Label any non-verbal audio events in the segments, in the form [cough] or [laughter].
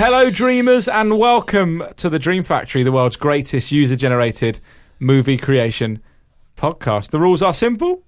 Hello, dreamers, and welcome to the Dream Factory, the world's greatest user generated movie creation podcast. The rules are simple.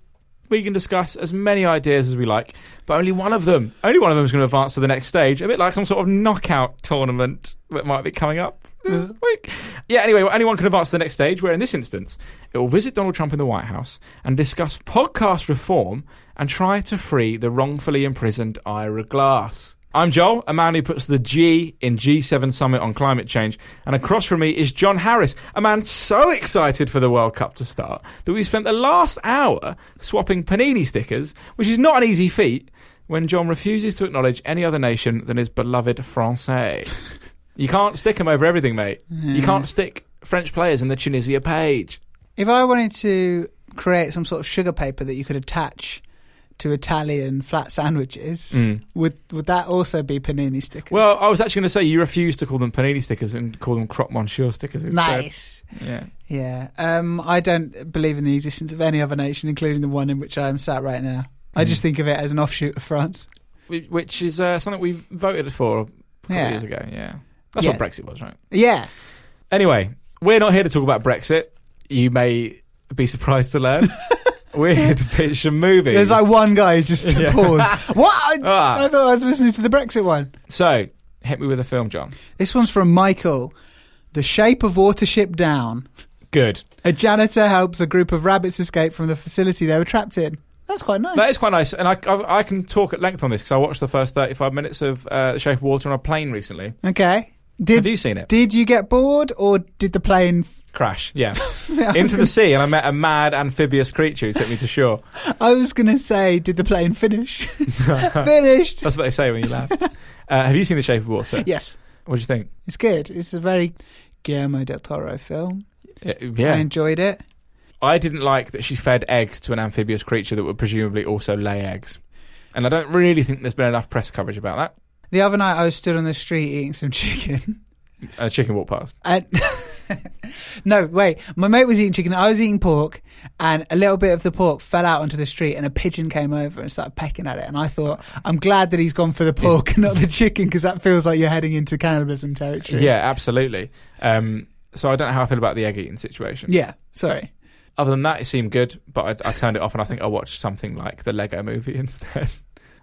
We can discuss as many ideas as we like, but only one of them, only one of them is going to advance to the next stage, a bit like some sort of knockout tournament that might be coming up this week. Yeah, anyway, anyone can advance to the next stage, where in this instance, it will visit Donald Trump in the White House and discuss podcast reform and try to free the wrongfully imprisoned Ira Glass. I'm Joel, a man who puts the G in G7 Summit on climate change. And across from me is John Harris, a man so excited for the World Cup to start that we spent the last hour swapping panini stickers, which is not an easy feat when John refuses to acknowledge any other nation than his beloved Francais. you can't stick them over everything, mate. You can't stick French players in the Tunisia page. If I wanted to create some sort of sugar paper that you could attach to Italian flat sandwiches, would would that also be panini stickers? Well, I was actually going to say you refuse to call them panini stickers and call them croque monsieur stickers instead. nice. Yeah. Yeah. Um, I don't believe in the existence of any other nation, including the one in which I am sat right now. I just think of it as an offshoot of France. Whi- which is uh, something we voted for a couple Yeah. of years ago. Yeah, that's Yes. what Brexit was, right? Yeah. Anyway, we're not here to talk about Brexit. You may be surprised to learn [laughs] we're here to pitch some movies. There's like one guy who's just [laughs] Yeah. paused. what? I, [laughs] Ah. I thought I was listening to the Brexit one. so hit me with a film, John. This one's from Michael. The Shape of Watership Down. Good. A janitor helps a group of rabbits escape from the facility they were trapped in. That's quite nice. That is quite nice, and I, I, I can talk at length on this because I watched the first thirty-five minutes of uh, The Shape of Water on a plane recently. okay. Did Have you seen it? Did you get bored, or did the plane? [laughs] Crash, yeah, into the sea, and I met a mad amphibious creature who took me to shore. [laughs] I was gonna say, did the plane finish? Finished. That's what they say when [laughs] you land. Uh, have you seen The Shape of Water? Yes, What do you think? it's good. It's a very Guillermo del Toro film. Yeah, I enjoyed it. I didn't like that she fed eggs to an amphibious creature that would presumably also lay eggs. And I don't really think there's been enough press coverage about that. The other night, I was stood on the street eating some [laughs] chicken. A chicken walked past. And [laughs] no, wait, my mate was eating chicken. I was eating pork, and a little bit of the pork fell out onto the street, and a pigeon came over and started pecking at it. And I thought, Oh. I'm glad that he's gone for the pork and not the chicken, because that feels like you're heading into cannibalism territory. Yeah, absolutely. Um, so I don't know how I feel about the egg eating situation. Yeah. Sorry. Other than that, it seemed good, but I, I turned it off and I think I watched something like the Lego movie [laughs] instead.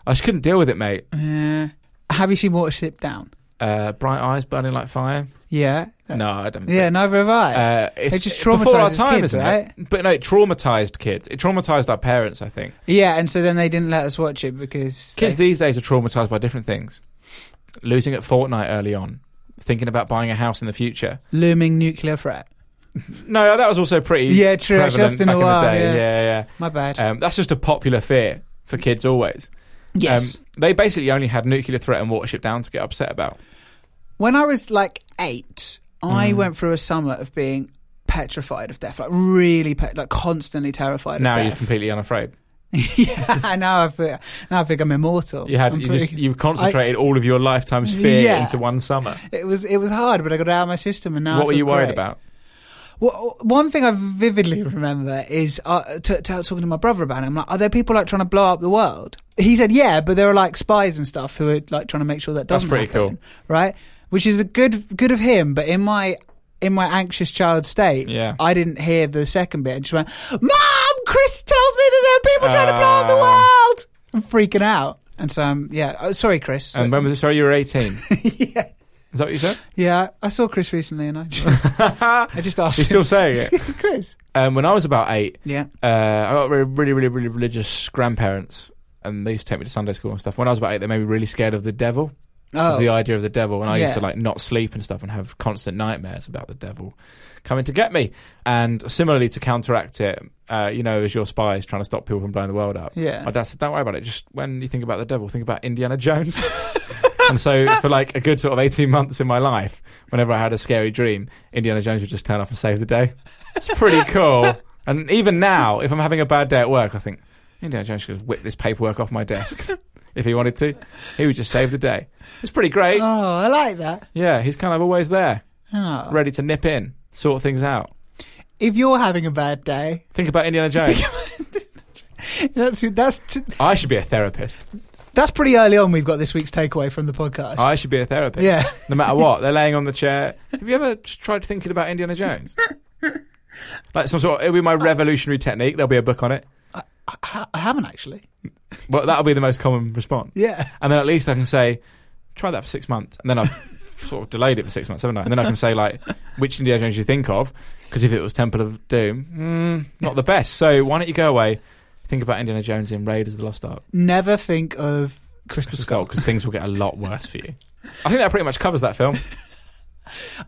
I just couldn't deal with it, mate. Uh, have you seen Watership Down? Uh, bright eyes burning like fire. Yeah. No, I don't. Yeah, neither have I. Uh, it's It just before our traumatises time, kids, isn't it? right? But no, it traumatized kids. It traumatized our parents, I think. yeah, and so then they didn't let us watch it because Kids they- these days are traumatized by different things. Losing at Fortnite early on, thinking about buying a house in the future. looming nuclear threat. No, that was also pretty. Yeah, true. Actually, that's prevalent been a back while, In the day. yeah. Yeah, My bad. yeah. Um, that's just a popular fear for kids always. yes. Um, they basically only had nuclear threat and Watership Down to get upset about. when I was like eight, Mm. I went through a summer of being petrified of death, like really, pe- like constantly terrified now you're of death. completely unafraid. [laughs] yeah, now I feel, now I think I'm immortal. You had I'm you pretty- just [laughs] you've concentrated all of your lifetime's fear Yeah. into one summer. it was it was hard, but I got it out of my system, and now I what were feel you worried great. about? Wha- uh, One thing I vividly remember is uh, t- t- talking to my brother about it. I'm like, are there people like trying to blow up the world? He said, yeah, but there are like spies and stuff who are like trying to make sure that That's doesn't. pretty happen, cool. right? Which is a good good of him. But in my in my anxious child state, Yeah. I didn't hear the second bit. and just went, Mom, Chris tells me that there are people trying to blow up the Ah. world. I'm freaking out. And so, um, yeah, oh, sorry, Chris. And Um, when was it? Sorry, you were 18. [laughs] Is yeah. that what you [laughs] said? Yeah, I saw Chris recently, and I [laughs] just, I just asked. You're still saying it. [laughs] him, Chris. Um, when I was about eight, Yeah. uh, I got re- really, really, really religious grandparents, and they used to take me to Sunday school and stuff. When I was about eight, they made me really scared of the devil, Oh, of the idea of the devil, and I used to Yeah. like not sleep and stuff, and have constant nightmares about the devil coming to get me. And similarly, to counteract it, uh, you know, as your spies trying to stop people from blowing the world up, Yeah. my dad said, "Don't worry about it. Just when you think about the devil, think about Indiana Jones." [laughs] and so, for like a good sort of eighteen months in my life, whenever I had a scary dream, Indiana Jones would just turn up and save the day. It's pretty cool. And even now, if I'm having a bad day at work, I think Indiana Jones could have whipped this paperwork off my desk if he wanted to. He would just save the day. It's pretty great. oh, I like that. Yeah, he's kind of always there, Oh. ready to nip in, sort things out. If you're having a bad day, [laughs] Think about Indiana Jones. that's that's t- I should be a therapist. that's pretty early on. We've got this week's takeaway from the podcast. I should be a [laughs] therapist. yeah, No matter what, they're laying on the chair. Have you ever just tried thinking about Indiana Jones? Like some sort, it'll be my revolutionary technique. There'll be a book on it, I, I haven't actually. but that'll be the most common response. Yeah, and then at least I can say, try that for six months, and then I've sort of delayed it for six months, haven't I? And then I can say like, which Indiana Jones you think of? Because if it was Temple of Doom, mm, not the best. So why don't you go away, think about Indiana Jones in Raiders of the Lost Ark, never think of Crystal just Skull. because things will get a lot worse for you. I think that pretty much covers that film.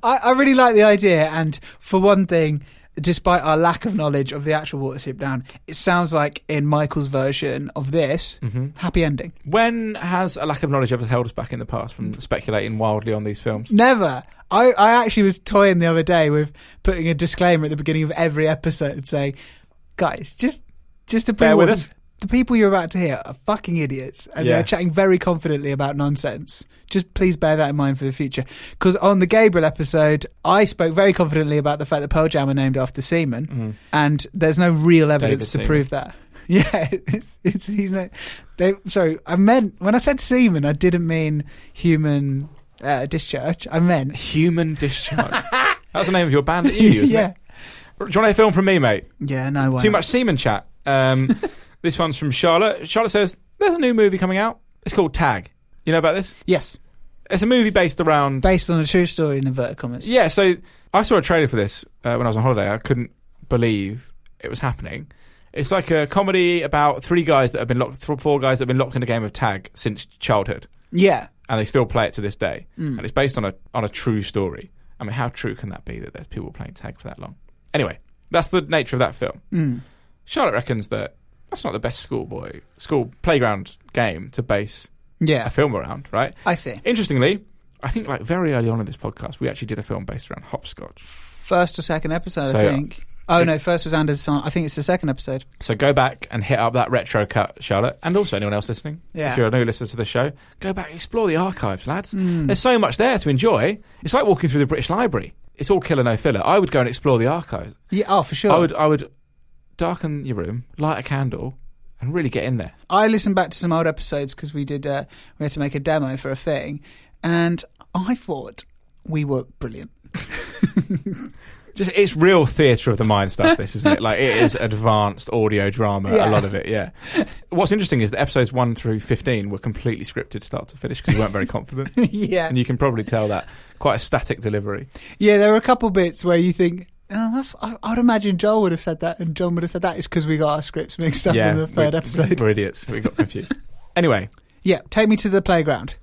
I, I really like the idea, and for one thing, despite our lack of knowledge of the actual Watership Down, it sounds like in Michael's version of this, happy ending. When has a lack of knowledge ever held us back in the past from speculating wildly on these films? Never. I, I actually was toying the other day with putting a disclaimer at the beginning of every episode saying, guys, just just to Bear with pre-warn- us. The people you're about to hear are fucking idiots, and Yeah. they're chatting very confidently about nonsense. Just please bear that in mind for the future. Because on the Gabriel episode, I spoke very confidently about the fact that Pearl Jam are named after Seaman, and there's no real evidence to Mm. Seaman. prove that. [laughs] Yeah, it's, it's he's no. They, sorry, I meant when I said seaman, I didn't mean human uh, discharge. I meant [laughs] Human discharge. that was the name of your band at uni, isn't yeah. it? Do you want a film from me, mate? Yeah, no way. Too much semen chat. Um, this one's from Charlotte. Charlotte says, "There's a new movie coming out. It's called Tag. You know about this? Yes, It's a movie based around. based on a true story in inverted commas. Yeah. So I saw a trailer for this uh, when I was on holiday. I couldn't believe it was happening. It's like a comedy about three guys that have been locked, th- four guys that have been locked in a game of tag since childhood, yeah, and they still play it to this day. And it's based on a on a true story. I mean, how true can that be that there's people playing tag for that long? Anyway, that's the nature of that film. Mm. Charlotte reckons that that's not the best schoolboy school playground game to base yeah. a film around, right? I see. Interestingly, I think like very early on in this podcast, we actually did a film based around hopscotch. First or second episode, So, I uh, think. oh no, first was Anderson. I think it's the second episode. So go back and hit up that retro cut, Charlotte, and also anyone else listening. Yeah. If you're a new listener to the show, go back and explore the archives, lads. There's so much there to enjoy. It's like walking through the British Library. It's all killer no filler. I would go and explore the archives. Yeah, oh for sure. I would I would darken your room, light a candle, and really get in there. I listened back to some old episodes because we did uh, we had to make a demo for a thing, and I thought we were brilliant. Just it's real theatre of the [laughs] mind stuff. This isn't it? Like it is advanced audio drama. Yeah. A lot of it, yeah. What's interesting is that episodes one through fifteen were completely scripted, start to finish, because we weren't very confident, [laughs] yeah, and you can probably tell that quite a static delivery. yeah. There were a couple bits where you think. Oh, that's, I, I'd imagine Joel would have said that, and John would have said that. It's because we got our scripts mixed up in the we- third [laughs] episode. We're idiots. We got confused. anyway, Yeah, take me to the playground.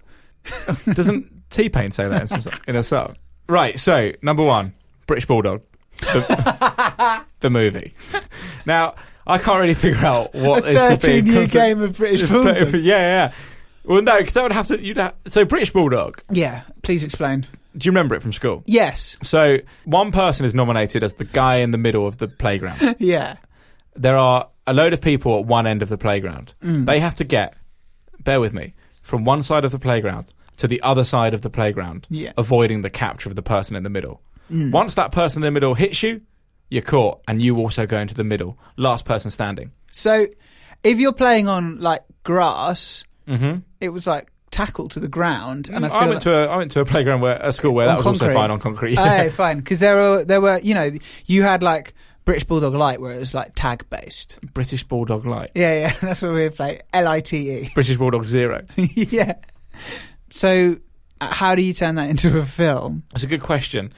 doesn't T Pain say that in, some song- in a song? Right. So number one, British Bulldog, the, [laughs] the movie. Now I can't really figure out what a this would Oh, be in thirteen-year context- game of British yeah, Bulldog. yeah. Well, no, because that would have to. You'd have, so British Bulldog. Yeah, please explain. Do you remember it from school? Yes, [laughs] So one person is nominated as the guy in the middle of [laughs] the playground. yeah, there are a load of people at one end of the playground. Mm. They have to get. Bear with me. From one side of the playground to the other side of the playground, Yeah. Mm. avoiding the capture of the person in the middle. Once that person in the middle hits you, you're caught, and you also go into the middle, last person standing. So if you're playing on like grass, Mm-hmm. Mm, it was like tackled to the ground, and I feel I, like- [laughs] went to a I went to a playground where a school where On that was also concrete. fine on concrete. Oh, yeah, fine. Because there were there were you know you had like British Bulldog Light where it was like tag based. [laughs] British Bulldog Light, Yeah, yeah, [laughs] that's what we would play L I T British Bulldog Zero. E. [laughs] Yeah. So uh, how do you turn that into a film? [laughs] That's a good question.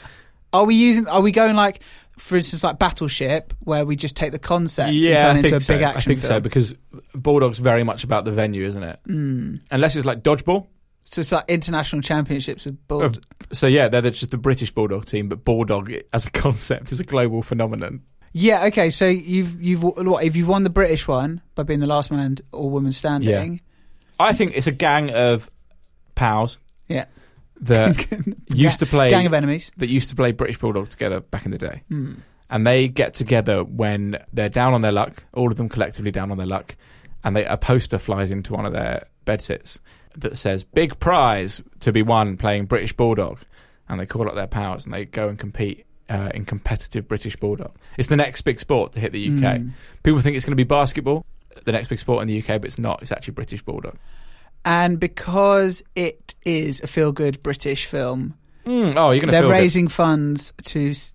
Are we using? Are we going like? For instance, like Battleship, where we just take the concept and Uh, yeah, turn I it into think a big so. action I think film. so because Bulldog's very much about the venue, isn't it? Hmm. Unless it's like dodgeball. So it's like international championships with Of- balls. So yeah, they're the- just the British Bulldog team, but Bulldog as a [laughs] concept is a global phenomenon. Yeah. Okay. So you've you've what? If you've won the British one by being the last man or woman standing, I think it's a gang of pals yeah, [laughs] that used to play gang of enemies. that used to play British Bulldog together back in the day. Hmm. And they get together when they're down on their luck, all of them collectively down on their luck, and they, a poster flies into one of their bedsits that says, Big prize to be won playing British Bulldog. And they call up their powers and they go and compete uh, in competitive British Bulldog. It's the next big sport to hit the UK. Hmm. People think it's going to be basketball, the next big sport in the UK, but it's not. It's actually British Bulldog. And because it is a feel good British film, Mm, oh, you're going to they're feel good. raising funds to. s-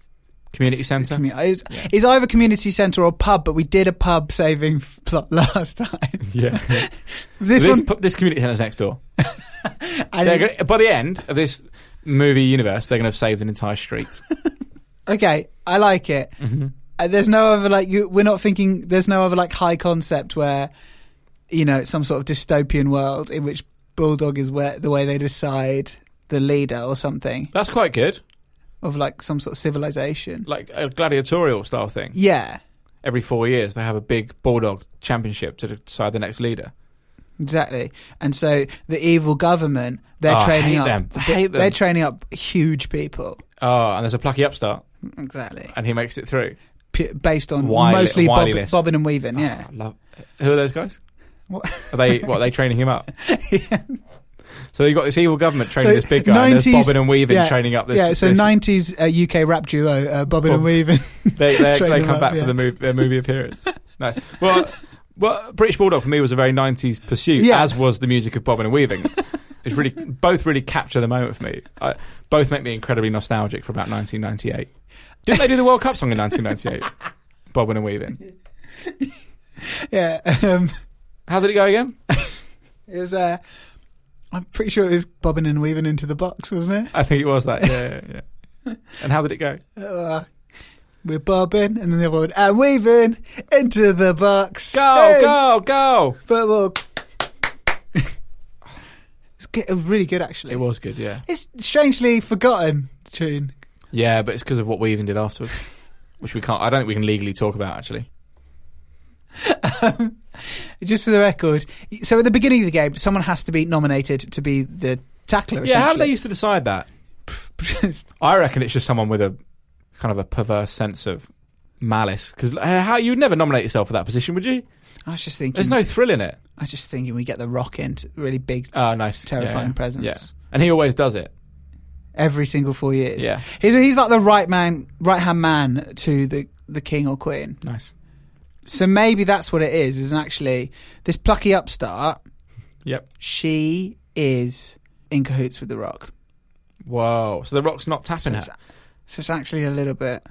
community s- centre. commu- it's, it's either community centre or pub, but we did a pub saving [laughs] f- plot last time. [laughs] [laughs] yeah, [laughs] This, this one. pu- this community centre's next door. and They're it's- gonna, by the end of this movie universe, they're going to have saved an entire street. [laughs] okay, I like it. Mm-hmm. Uh, there's no other, like, you, we're not thinking, there's no other, like, high concept where, you know, it's some sort of dystopian world in which Bulldog is where the way they decide the leader or something That's quite good, of, like, some sort of civilization. like a gladiatorial style thing. Yeah. Every four years, they have a big bulldog championship to decide the next leader. Exactly, and so the evil government they're Oh, I training hate up. them. I hate them. They're training up huge people. Oh, and there's a plucky upstart, Exactly, and he makes it through. P- based on Wily- mostly bob- wiliness. bobbing and weaving. Yeah, Oh, I love. Who are those guys? What? Are they? What are they training [laughs] him up? So you've got this evil government training So this big guy, and there's 90s bobbing and weaving yeah, training up this. yeah. So this- nineties uh, UK rap duo uh, bobbing Bob- and weaving. [laughs] they they, Training they them come up, back yeah. for the movie, their movie [laughs] appearance. No, well, well, British Bulldog for me was a very '90s pursuit, Yeah. as was the music of Bobbin and Weaving. It's [laughs] really both really capture the moment for me. I, both make me incredibly nostalgic for about 1998. Didn't they do the World Cup song in 1998? Bobbin and Weaving. yeah, um, How did it go again? it was. Uh, I'm pretty sure it was bobbing and weaving into the box, wasn't I think it was that. Yeah, yeah. yeah. And how did it go? it? Uh, we're bobbing, and then the other one and weaving into the box. Go, Hey, go, go! football. [laughs] it's good, really good, actually. It was good, yeah. It's strangely forgotten tune. Yeah, but it's because of what Weaving did afterwards, which we can't. I don't think we can legally talk about actually. Just for the record, so at the beginning of the game, someone has to be nominated to be the tackler. Yeah, how did they essentially. used to decide that? I reckon it's just someone with a kind of a perverse sense of malice. Because how you'd never nominate yourself for that position, would you? [laughs] I was just thinking. There's no thrill in it. I was just thinking we get the rock into really big, Oh, nice, terrifying Yeah. presence Yeah, and he always does it. every single four years. Yeah. he's he's like the right man, right hand man to the the king or queen. Nice. So maybe that's what it is. Isn't actually this plucky upstart? Yep. She is in cahoots with the rock. Whoa. So the Rock's not tapping it's- her. So it's actually a little bit.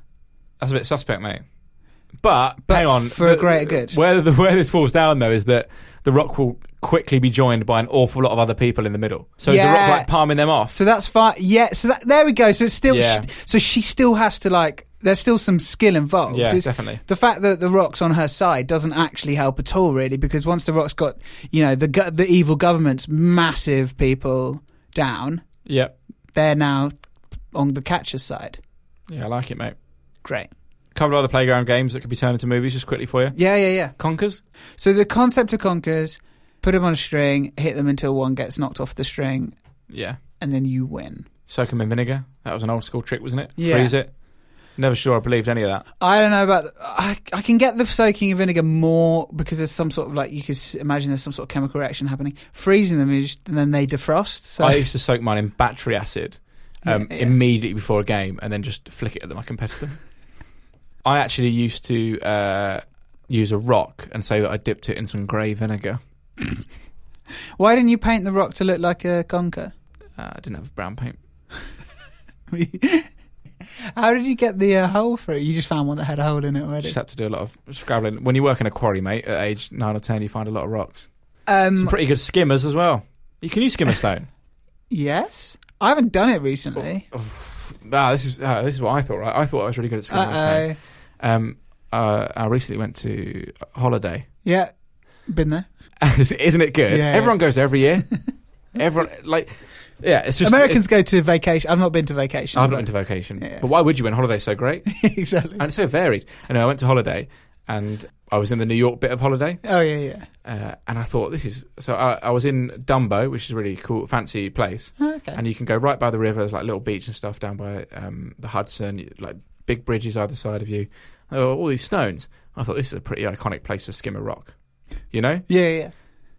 That's a bit suspect, mate. But, But hang on, for a greater good. Where the, where this falls down though is that the Rock will quickly be joined by an awful lot of other people in the middle. So is the Rock Yeah. like palming them off? So that's fine. Yeah. So that, there we go. So it's still. Yeah. She, so she still has to like. There's still some skill involved. Yeah, It's- definitely. The fact that the rock's on her side doesn't actually help at all, really, because once the rock's got, you know, the go- the evil government's massive people down, Yep. they're now on the catcher's side. Yeah, I like it, mate. Great. couple of other playground games that could be turned into movies just quickly for you. Yeah, yeah, yeah. Conkers? So the concept of conquers, put them on a string, hit them until one gets knocked off the string, Yeah. and then you win. Soak 'em in vinegar. That was an old school trick, wasn't it? Yeah. Freeze it. Never sure I believed any of that. I don't know about. I I can get the soaking in vinegar more because there's some sort of like you could s- imagine there's some sort of chemical reaction happening. Freezing them is and then they defrost. So I used to soak mine in battery acid um, Yeah, yeah. immediately before a game and then just flick it at my competitor. I actually used to uh, use a rock and say that I dipped it in some grey vinegar. Why didn't you paint the rock to look like a conker? [laughs] Uh, I didn't have brown paint. How did you get the uh, hole for it? You just found one that had a hole in it already. Just had to do a lot of scrabbling. When you work in a quarry, mate, at age nine or ten, you find a lot of rocks. Some Um, pretty good skimmers as well. You can use [laughs] skimmer stone. yes, I haven't done it recently. Oh, Ah, this is ah, this is what I thought. Right, I thought I was really good at skimmer stone. Uh oh. Um, uh, I recently went to a holiday. [laughs] Yeah, been there. Isn't it good? Yeah. Everyone goes [laughs] every year. Everyone like, yeah. It's just Americans it's- go to vacation. I've not been to vacation. I'm not but- into vacation, Yeah. but why would you when holiday's so great [laughs] [laughs] exactly. and it's so varied? And I went to holiday, and I was in the New York bit of holiday, Oh yeah, yeah. uh, and I thought this is so. I, I was in Dumbo, which is a really cool, fancy place, Oh, Okay. and you can go right by the river. There's like little beach and stuff down by um, the Hudson, like big bridges either side of you. And there were all these stones. I thought this is a pretty iconic place to skim a rock. You know, yeah, yeah.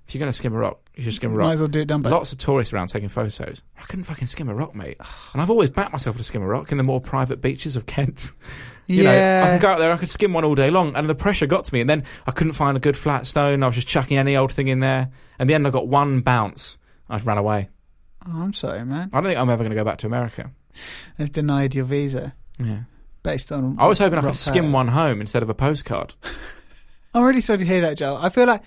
if you're going to skim a rock, you should skim a rock. Might as well do it done by. Lots of tourists around taking photos. I couldn't fucking skim a rock, mate. And I've always backed myself to skim a rock in the more private beaches of Kent. [laughs] You know, I yeah. can go out there, I could skim one all day long, and the pressure got to me. And then I couldn't find a good flat stone. I was just chucking any old thing in there. And the end, I got one bounce. I just ran away. oh, I'm sorry, man. I don't think I'm ever going to go back to America. They've denied your visa Yeah, based on. I was hoping I could rock skim hard. one home instead of a postcard. I'm really sorry to hear that, Joel. I feel like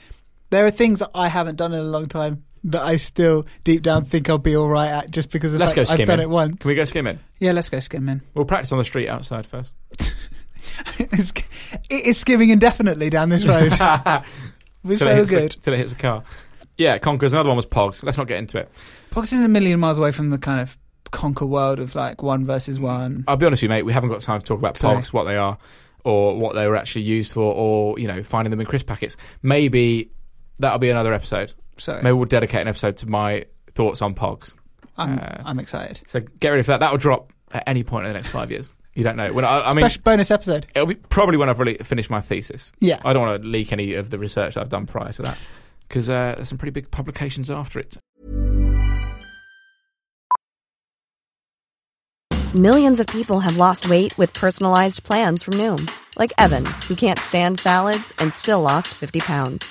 there are things that I haven't done in a long time that I still deep down think I'll be all right at just because of the Let's fact go I've done skimming. it once. Can we go skimming? yeah, let's go skimming. [laughs] We'll practice on the street outside first. it's, it is skimming indefinitely down this [laughs] road. We're Till it so hits a- good. till it hits a car. Yeah, Conquerors. Another one was Pogs. Let's not get into it. Pox is a million miles away from the kind of conquer world of like one versus one. I'll be honest with you, mate. We haven't got time to talk about Sorry. pogs, what they are, or what they were actually used for, or you know, finding them in crisp packets. Maybe that'll be another episode. So Maybe we'll dedicate an episode to my thoughts on pogs. I'm, uh, I'm excited. So get ready for that. That'll drop at any point in the next five years. You don't know. When I, I mean, Special bonus episode. it'll be probably when I've really finished my thesis. Yeah. I don't want to leak any of the research that I've done prior to that because uh, there's some pretty big publications after it. Millions of people have lost weight with personalized plans from Noom, like Evan, who can't stand salads and still lost 50 pounds.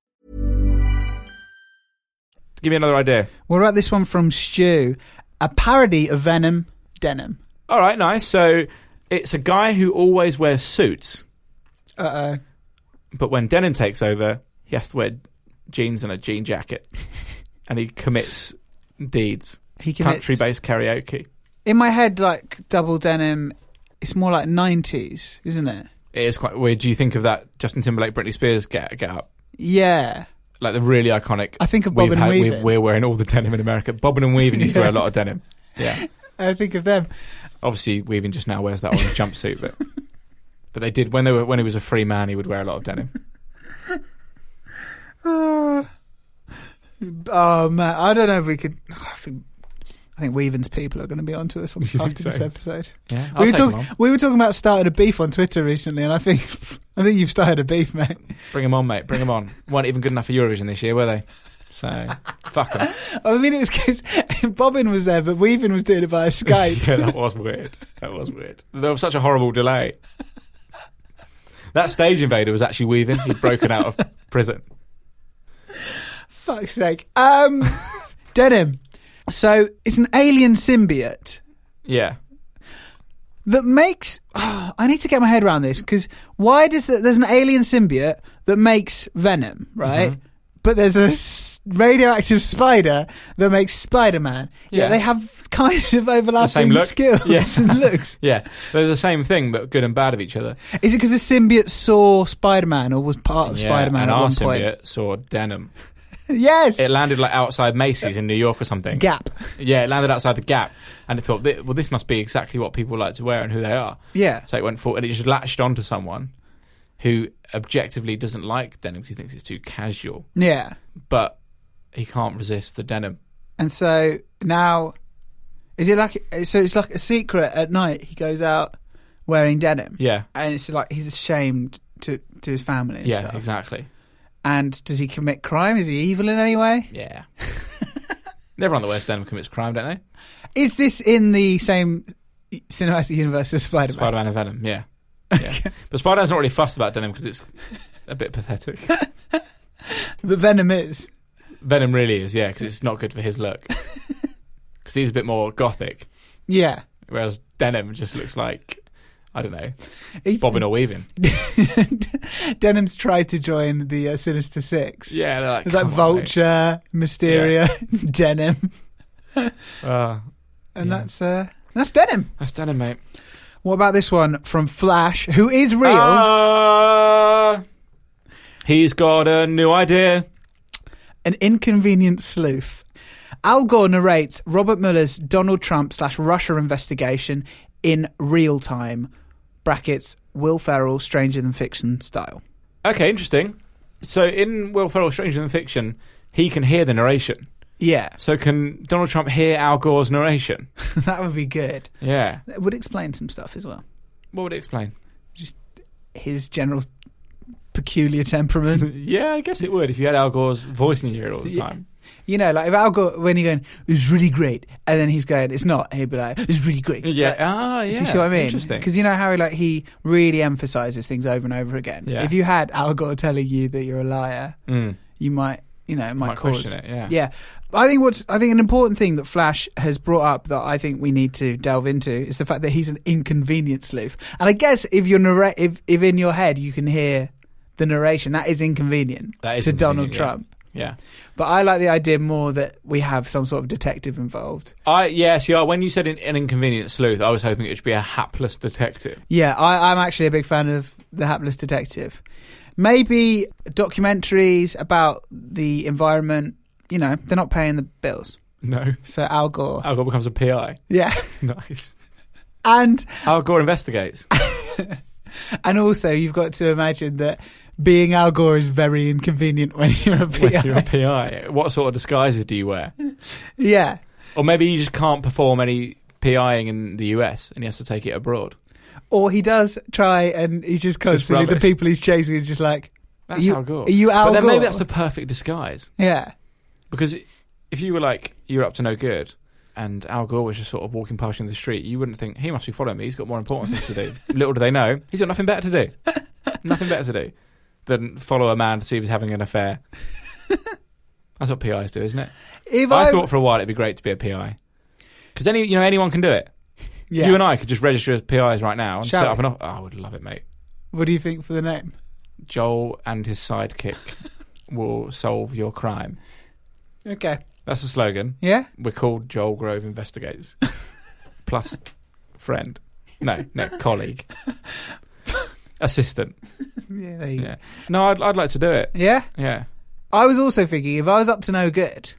Give me another idea. What about this one from Stu? A parody of Venom, Denim. All right, nice. So it's a guy who always wears suits. Uh oh. But when denim takes over, he has to wear jeans and a [laughs] jean jacket, and he commits deeds. He commits- Country-based karaoke. In my head, like double denim, it's more like 90s, isn't it? It is quite weird. Do you think of that Justin Timberlake, Britney Spears get get up? Yeah. Like the really iconic. I think of we've Bobbin and Weavin'. We're, we're wearing all the denim in America. Bobbin and Weaving used to wear a lot [laughs] of denim. Yeah, I think of them. [sighs] obviously Weaving just now wears that orange jumpsuit, but but they did when they were when he was a free man, he would wear a lot of denim. Oh man, I don't know if we could. I think I think Weaven's people are going to be onto us on, [laughs] You think after this so? episode. Yeah, I'll We were, take talk- him on. we were talking about starting a beef on Twitter recently, and I think [laughs] I think you've started a beef, mate. Bring him on, mate. Bring him on. weren't even good enough for Eurovision this year, were they? So fuck 'em. I mean, it was because [laughs] Bobbin was there, but Weaving was doing it via Skype. [laughs] yeah, that was weird. That was weird. There was such a horrible delay. That stage invader was actually weaving. He'd broken out of prison. Fuck's sake. [laughs] Um, denim. So it's an alien symbiote Yeah. that makes. [sighs] oh, I need to get my head around this because why does the, there's an alien symbiote that makes venom, right? Mm-hmm. But there's a s- radioactive spider that makes Spider Man. Yeah. Yeah. they have kind of overlapping look. skills Yeah. [laughs] and looks. Yeah. They're the same thing, but good and bad of each other. Is it because the symbiote saw Spider Man or was part of Spider Man and at our one point? symbiote saw denim. Yes. It landed like outside Macy's in New York or something. Gap. Yeah, it landed outside the Gap, and it thought, "Thi- well, this must be exactly what people like to wear and who they are. Yeah. So it went for, and it just latched onto someone who objectively doesn't like denim because he thinks it's too casual, Yeah. but he can't resist the denim. And so now, is it like so? It's like a secret at night. He goes out wearing denim, Yeah. and it's like he's ashamed to to his family. And Yeah, stuff. exactly. And does he commit crime? Is he evil in any way? Yeah. [laughs] Everyone that wears denim commits crime, don't they? Is this in the same cinematic universe as Spider Man? Spider Man and Venom, yeah. [laughs] yeah. but Spider Man's not really fussed about denim because it's a bit [laughs] pathetic. The Venom is. Venom really is, yeah, because it's not good for his [laughs] look. Because he's a bit more gothic, Yeah. whereas denim just looks like, I don't know, He's, [laughs] bobbing or weaving. Denim's tried to join the uh, Sinister Six. [laughs] Yeah, they're like, It's like "Come on, mate." Vulture, Mysterio, [laughs] Denim, Uh, and Yeah. that's uh, that's Denim. that's denim, mate. What about this one from Flash, who is real? Oh, Ah! he's got a new idea. An inconvenient sleuth. Al Gore narrates Robert Mueller's Donald Trump slash Russia investigation in real time. Brackets Will Ferrell, Stranger Than Fiction style. Okay, interesting. So in Will Ferrell, Stranger Than Fiction, he can hear the narration. Yeah, [laughs] So can Donald Trump hear Al Gore's narration? that would be good. [laughs] Yeah. It would explain some stuff as well. What would it explain? His general peculiar temperament. [laughs] yeah, I guess it would if you had Al Gore's voice in your ear all the time. you know, like if Al Gore, when he's going, it's really great, and then he's going, it's not, he'd be like, it's really great. Yeah. Like, ah, yeah. Do you see what I mean? Interesting. Because you know how he, like he really emphasizes things over and over again. Yeah. If you had Al Gore telling you that you're a liar, Mm. you might, you know, it might, Might cause. question it, yeah. I think what's I think an important thing that Flash has brought up that I think we need to delve into is the fact that he's an inconvenient sleuth. And I guess if you're narra- if, if in your head you can hear the narration, that is inconvenient That is to Donald inconvenient, yeah. Trump. Yeah. But I like the idea more that we have some sort of detective involved. I yeah. See, I- when you said an, an inconvenient sleuth, I was hoping it should be a hapless detective. [laughs] Yeah, I, I'm actually a big fan of The Hapless Detective. Maybe documentaries about the environment, you know, they're not paying the bills. No. So Al Gore. Al Gore becomes a PI. Yeah. [laughs] [laughs] nice. And Al Gore investigates. and also you've got to imagine that being Al Gore is very inconvenient when you're a [laughs] when PI. you're a PI. What sort of disguises do you wear? yeah. Or maybe you just can't perform any PIing in the US and he has to take it abroad. Or he does try and he's just constantly the rubbish. people he's chasing are just like That's Are you- Al Gore. are you Al But then Gore? maybe that's the perfect disguise. Yeah. Because if you were like, you're up to no good, and Al Gore was just sort of walking past you in the street, you wouldn't think, he must be following me. He's got more important things to [laughs] do. Little do they know, he's got nothing better to do. nothing better to do than follow a man to see if he's having an affair. That's what PIs do, isn't it? If I I, thought for a while it'd be great to be a PI. Because any, you know, anyone can do it. yeah. You and I could just register as PIs right now and Shall set we? up an off- oh, I would love it, mate. what do you think for the name? Joel and [laughs] his sidekick will solve your crime. Okay. That's the slogan. Yeah? We're called Joel [laughs] Grove Investigates. Plus friend. No, no, colleague. [laughs] Assistant. Yeah, there you go. Yeah. No, I'd, I'd like to do it. Yeah? Yeah. I was also thinking if I was up to no good.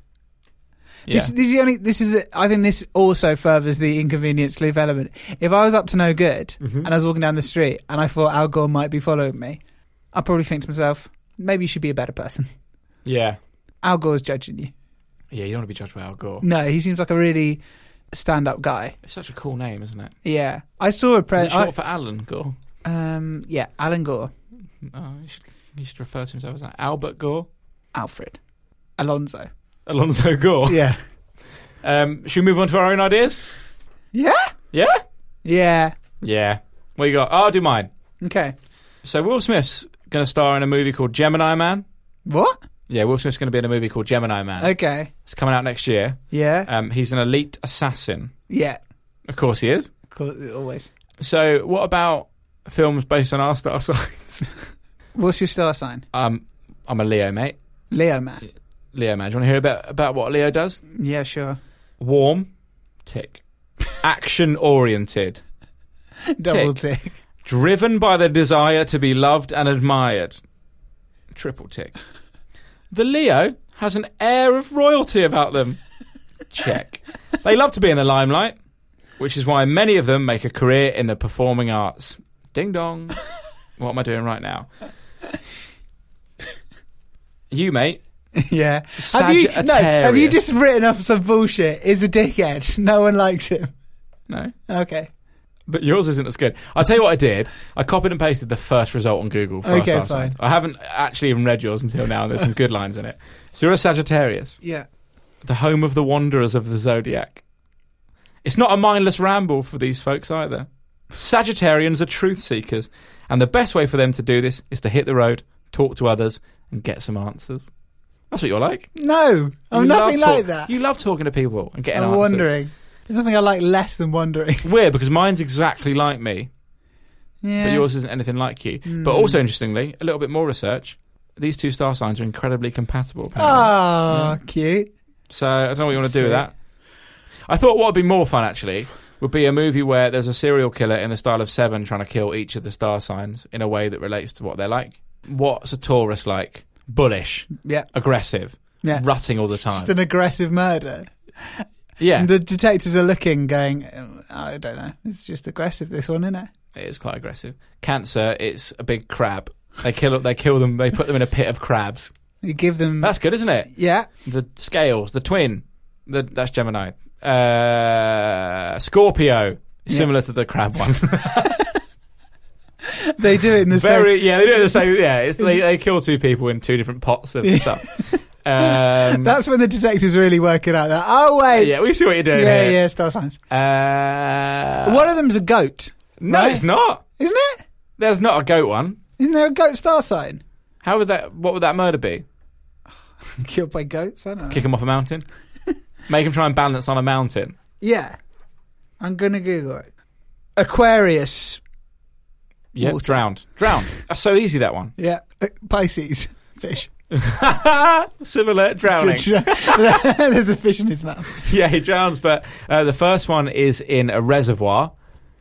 Yeah. This, this is the only. This is. A, I think this also furthers the inconvenience loop element. If I was up to no good and I was walking down the street and I thought Al Gore might be following me, I'd probably think to myself, maybe you should be a better person. [laughs] yeah. Al Gore's judging you. Yeah, you don't want to be judged by Al Gore. No, he seems like a really stand-up guy. It's such a cool name, isn't it? Yeah, Uh, I saw a Is press. it short for Alan Gore? Oh, um, yeah, Alan Gore, No, he should, he should refer to himself as that. Albert Gore? Alfred. Alonso. Alonso Gore. Yeah. Um, should we move on to our own ideas? Yeah? Yeah? [laughs] Yeah. Yeah. What you got? Oh, I'll do mine. Okay. So Will Smith's going to star in a movie called Gemini Man. What? Yeah, Will Smith's going to be in a movie called Gemini Man. Okay. It's coming out next year. Yeah. Um, he's an elite assassin. yeah. Of course he is. Of course, always. So what about films based on our star [laughs] signs? What's your star sign? um, I'm a Leo, mate. Leo man. Leo, man. Do you want to hear about, about what Leo does? Yeah, sure. [laughs] Warm. Tick. Action oriented. Double tick. Driven by the desire to be loved and admired. Triple tick. The Leo has an air of royalty about them. Check. They love to be in the limelight, which is why many of them make a career in the performing arts. Ding dong. What am I doing right now? You, mate. yeah. Have you, no, have you Sagittarius. just written up some bullshit? Is a dickhead. [laughs] No one likes him. No. Okay. But yours isn't as good. I'll tell you what I did. I copied and pasted the first result on Google for our Okay, star signs. I haven't actually even read yours until now, and there's some good lines in it. So you're a Sagittarius, Yeah. the home of the wanderers of the zodiac. It's not a mindless ramble for these folks either. Sagittarians are truth seekers, and the best way for them to do this is to hit the road, talk to others, and get some answers. That's what you're like. No. I'm You nothing love like talk- that. You love talking to people and getting I'm answers. wandering. There's nothing I like less than wandering. Weird because mine's exactly like me. yeah. Hmm. but yours isn't anything like you. But also interestingly, a little bit more research. These two star signs are incredibly compatible. Apparently. Oh, Hmm? cute. So I don't know what you want to do with Sweet. that. I thought what would be more fun actually would be a movie where there's a serial killer in the style of Seven trying to kill each of the star signs in a way that relates to what they're like. What's a Taurus like? Bullish, Yeah. aggressive, Yeah. rutting all the Just time. an aggressive murder. Yeah, And the detectives are looking, going, "Um, I don't know. It's just aggressive, this one, isn't it? it is quite aggressive. Cancer, it's a big crab. They kill, they kill them. They put them in a pit of crabs. You give them. That's good, isn't it? yeah. the scales, the twin. The, that's Gemini. Uh, Scorpio, Yeah. similar to the crab [laughs] one. They do it in the Very, yeah, they do it the same. Yeah, it's, they, they kill two people in two different pots of [laughs] stuff. Um, same. That's when the detectives really work it out. They're, oh, wait. yeah, we see what you're doing. yeah, here. yeah, star signs. Uh, one of them's a goat, No, right? it's not. isn't it? There's not a goat one. Isn't there a goat star sign? [laughs] How would that? What would that murder be? Killed by goats? I don't know. Kick him off a mountain. Make him try and balance on a mountain. yeah. I'm going to Google it. Aquarius. Yeah, Water. drowned. Drowned. That's so easy. That one. Yeah. Uh, Pisces. [laughs] Fish. Similar drowning. [laughs] There's a fish in his mouth. [laughs] yeah, he drowns. But uh, the first one is in a reservoir,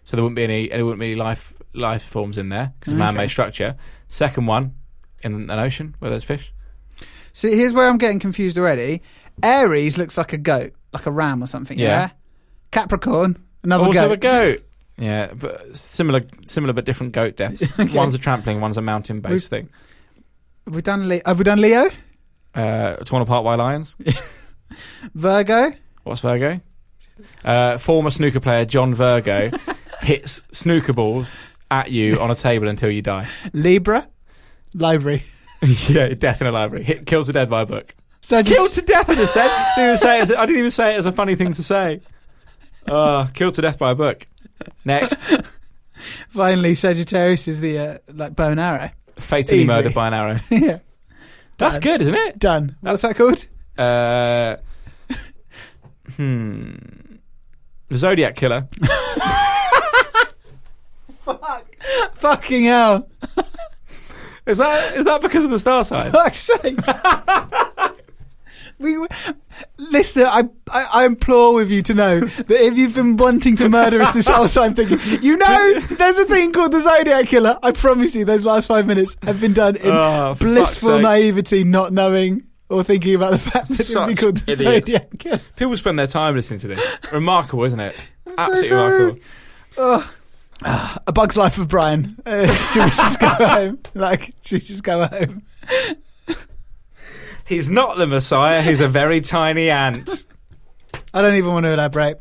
so there wouldn't be any, there wouldn't be any life life forms in there because it's a man-made structure. Second one in an ocean where there's fish. So here's where I'm getting confused already. Aries looks like a goat, like a ram or something. Yeah. Yeah. Capricorn, another also goat. a goat. Yeah, but similar, similar but different goat deaths. One's a trampling, one's a mountain-based thing. Have we done? Le- have we done Leo? Uh, torn apart by lions. Virgo. What's Virgo? Uh, former snooker player John Virgo hits snooker balls at you on a table until you die. Libra. Library. yeah, death in a library. Hit, kills a dead by a book. So killed to death. I just said. Didn't even say it as a- I didn't even say it as a funny thing to say. Uh, killed to death by a book. Next, finally, Sagittarius is the uh, like bow and arrow. [laughs] fatally Easy. murdered by an arrow. yeah. That's Done. good, isn't it? Done. What's that called? Uh, hmm. The Zodiac killer. Fucking hell! [laughs] Is that is that because of the star sign? Fuck's sake. We, were- listener, I, I, I implore with you to know that if you've been wanting to murder us this whole time, thinking you know there's a thing called the Zodiac Killer. I promise you, those last five minutes have been done in Oh, for blissful fuck's sake. naivety, not knowing or thinking about the fact that it would be Such called the idiots. Zodiac Killer. People spend their time listening to this. Remarkable, isn't it? Absolutely sorry. remarkable. A Bug's Life of Brian. Uh, should we just [laughs] go home? Like, should we just go home? He's not the Messiah. He's a very tiny ant. I don't even want to elaborate.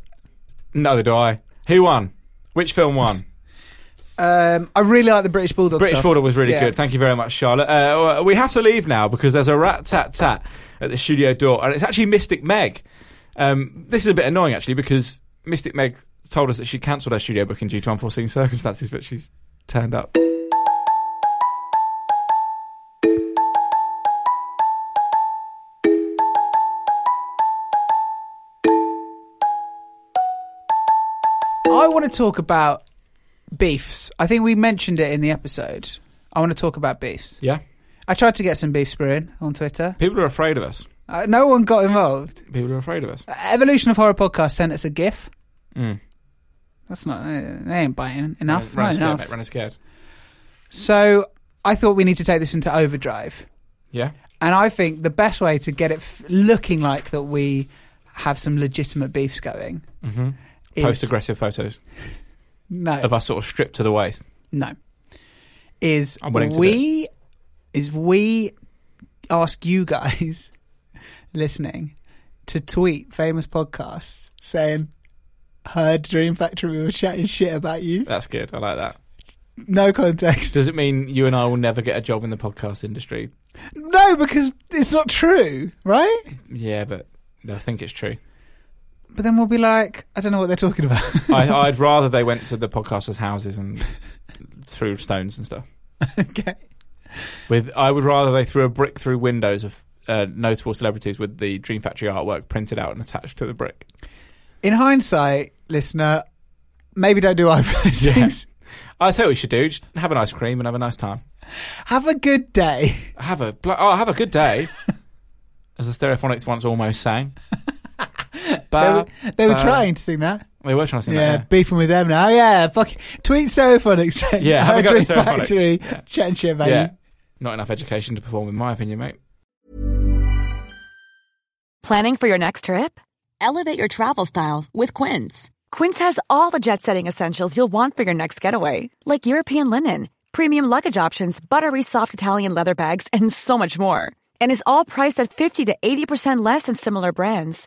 Neither do I. Who won? Which film won? Um, I really like the British Bulldog. British stuff. Border was really Yeah. good. Thank you very much, Charlotte. Uh, we have to leave now because there's a rat tat tat at the studio door, and it's actually Mystic Meg. Um, this is a bit annoying actually because Mystic Meg told us that she cancelled her studio booking due to unforeseen circumstances, but she's turned up. I want to talk about beefs. I think we mentioned it in the episode. I want to talk about beefs. Yeah, I tried to get some beef spraying on Twitter. people are afraid of us. Uh, no one got involved. People are afraid of us. Uh, Evolution of Horror podcast sent us a GIF. Mm. That's not. uh, They ain't biting enough. Run Not scared, enough. mate. Run scared. So I thought we need to take this into overdrive. Yeah. And I think the best way to get it f- looking like that we have some legitimate beefs going hmm is Post aggressive photos no, of us sort of stripped to the waist. no, is I'm willing to we is we ask you guys [laughs] listening to tweet famous podcasts saying heard Dream Factory we were chatting shit about you That's good. I like that. no [laughs] context Does it mean you and I will never get a job in the podcast industry? no because it's not true right Yeah, but I think it's true. but then we'll be like I don't know what they're talking about [laughs] I, I'd rather they went to the podcasters' houses and threw stones and stuff. okay With I would rather they threw a brick through windows of uh, notable celebrities with the Dream Factory artwork printed out and attached to the brick. In hindsight, listener, maybe don't do either of those Yeah. things. I tell you what you should do: just have an ice cream and have a nice time. [laughs] Have a good day. Have a bl- oh, have a good day. As the Stereophonics once almost sang. Ba- [laughs] they were, they were ba- trying to sing that. They were trying to sing yeah, that. beefing with them now. Oh, Yeah, fuck. it. Tweet Seraphonics. Yeah, have [laughs] a go Dream at Seraphonics. Factory. Yeah. Chat and shit Yeah. about yeah. you. Not enough education to perform, in my opinion, mate. Planning for your next trip? Elevate your travel style with Quince. Quince has all the jet setting essentials you'll want for your next getaway, like European linen, premium luggage options, buttery soft Italian leather bags, and so much more. And is all priced at 50 to 80% less than similar brands.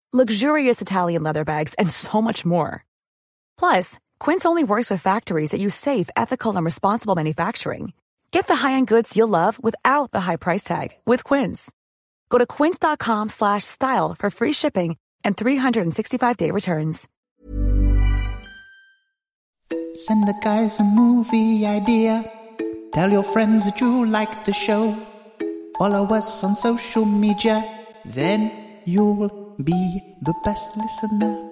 luxurious Italian leather bags, and so much more. Plus, Quince only works with factories that use safe, ethical, and responsible manufacturing. Get the high-end goods you'll love without the high price tag with Quince. Go to quince.com slash style for free shipping and 365-day returns. Send the guys a movie idea. Tell your friends that you like the show. Follow us on social media. Then you'll be the best listener.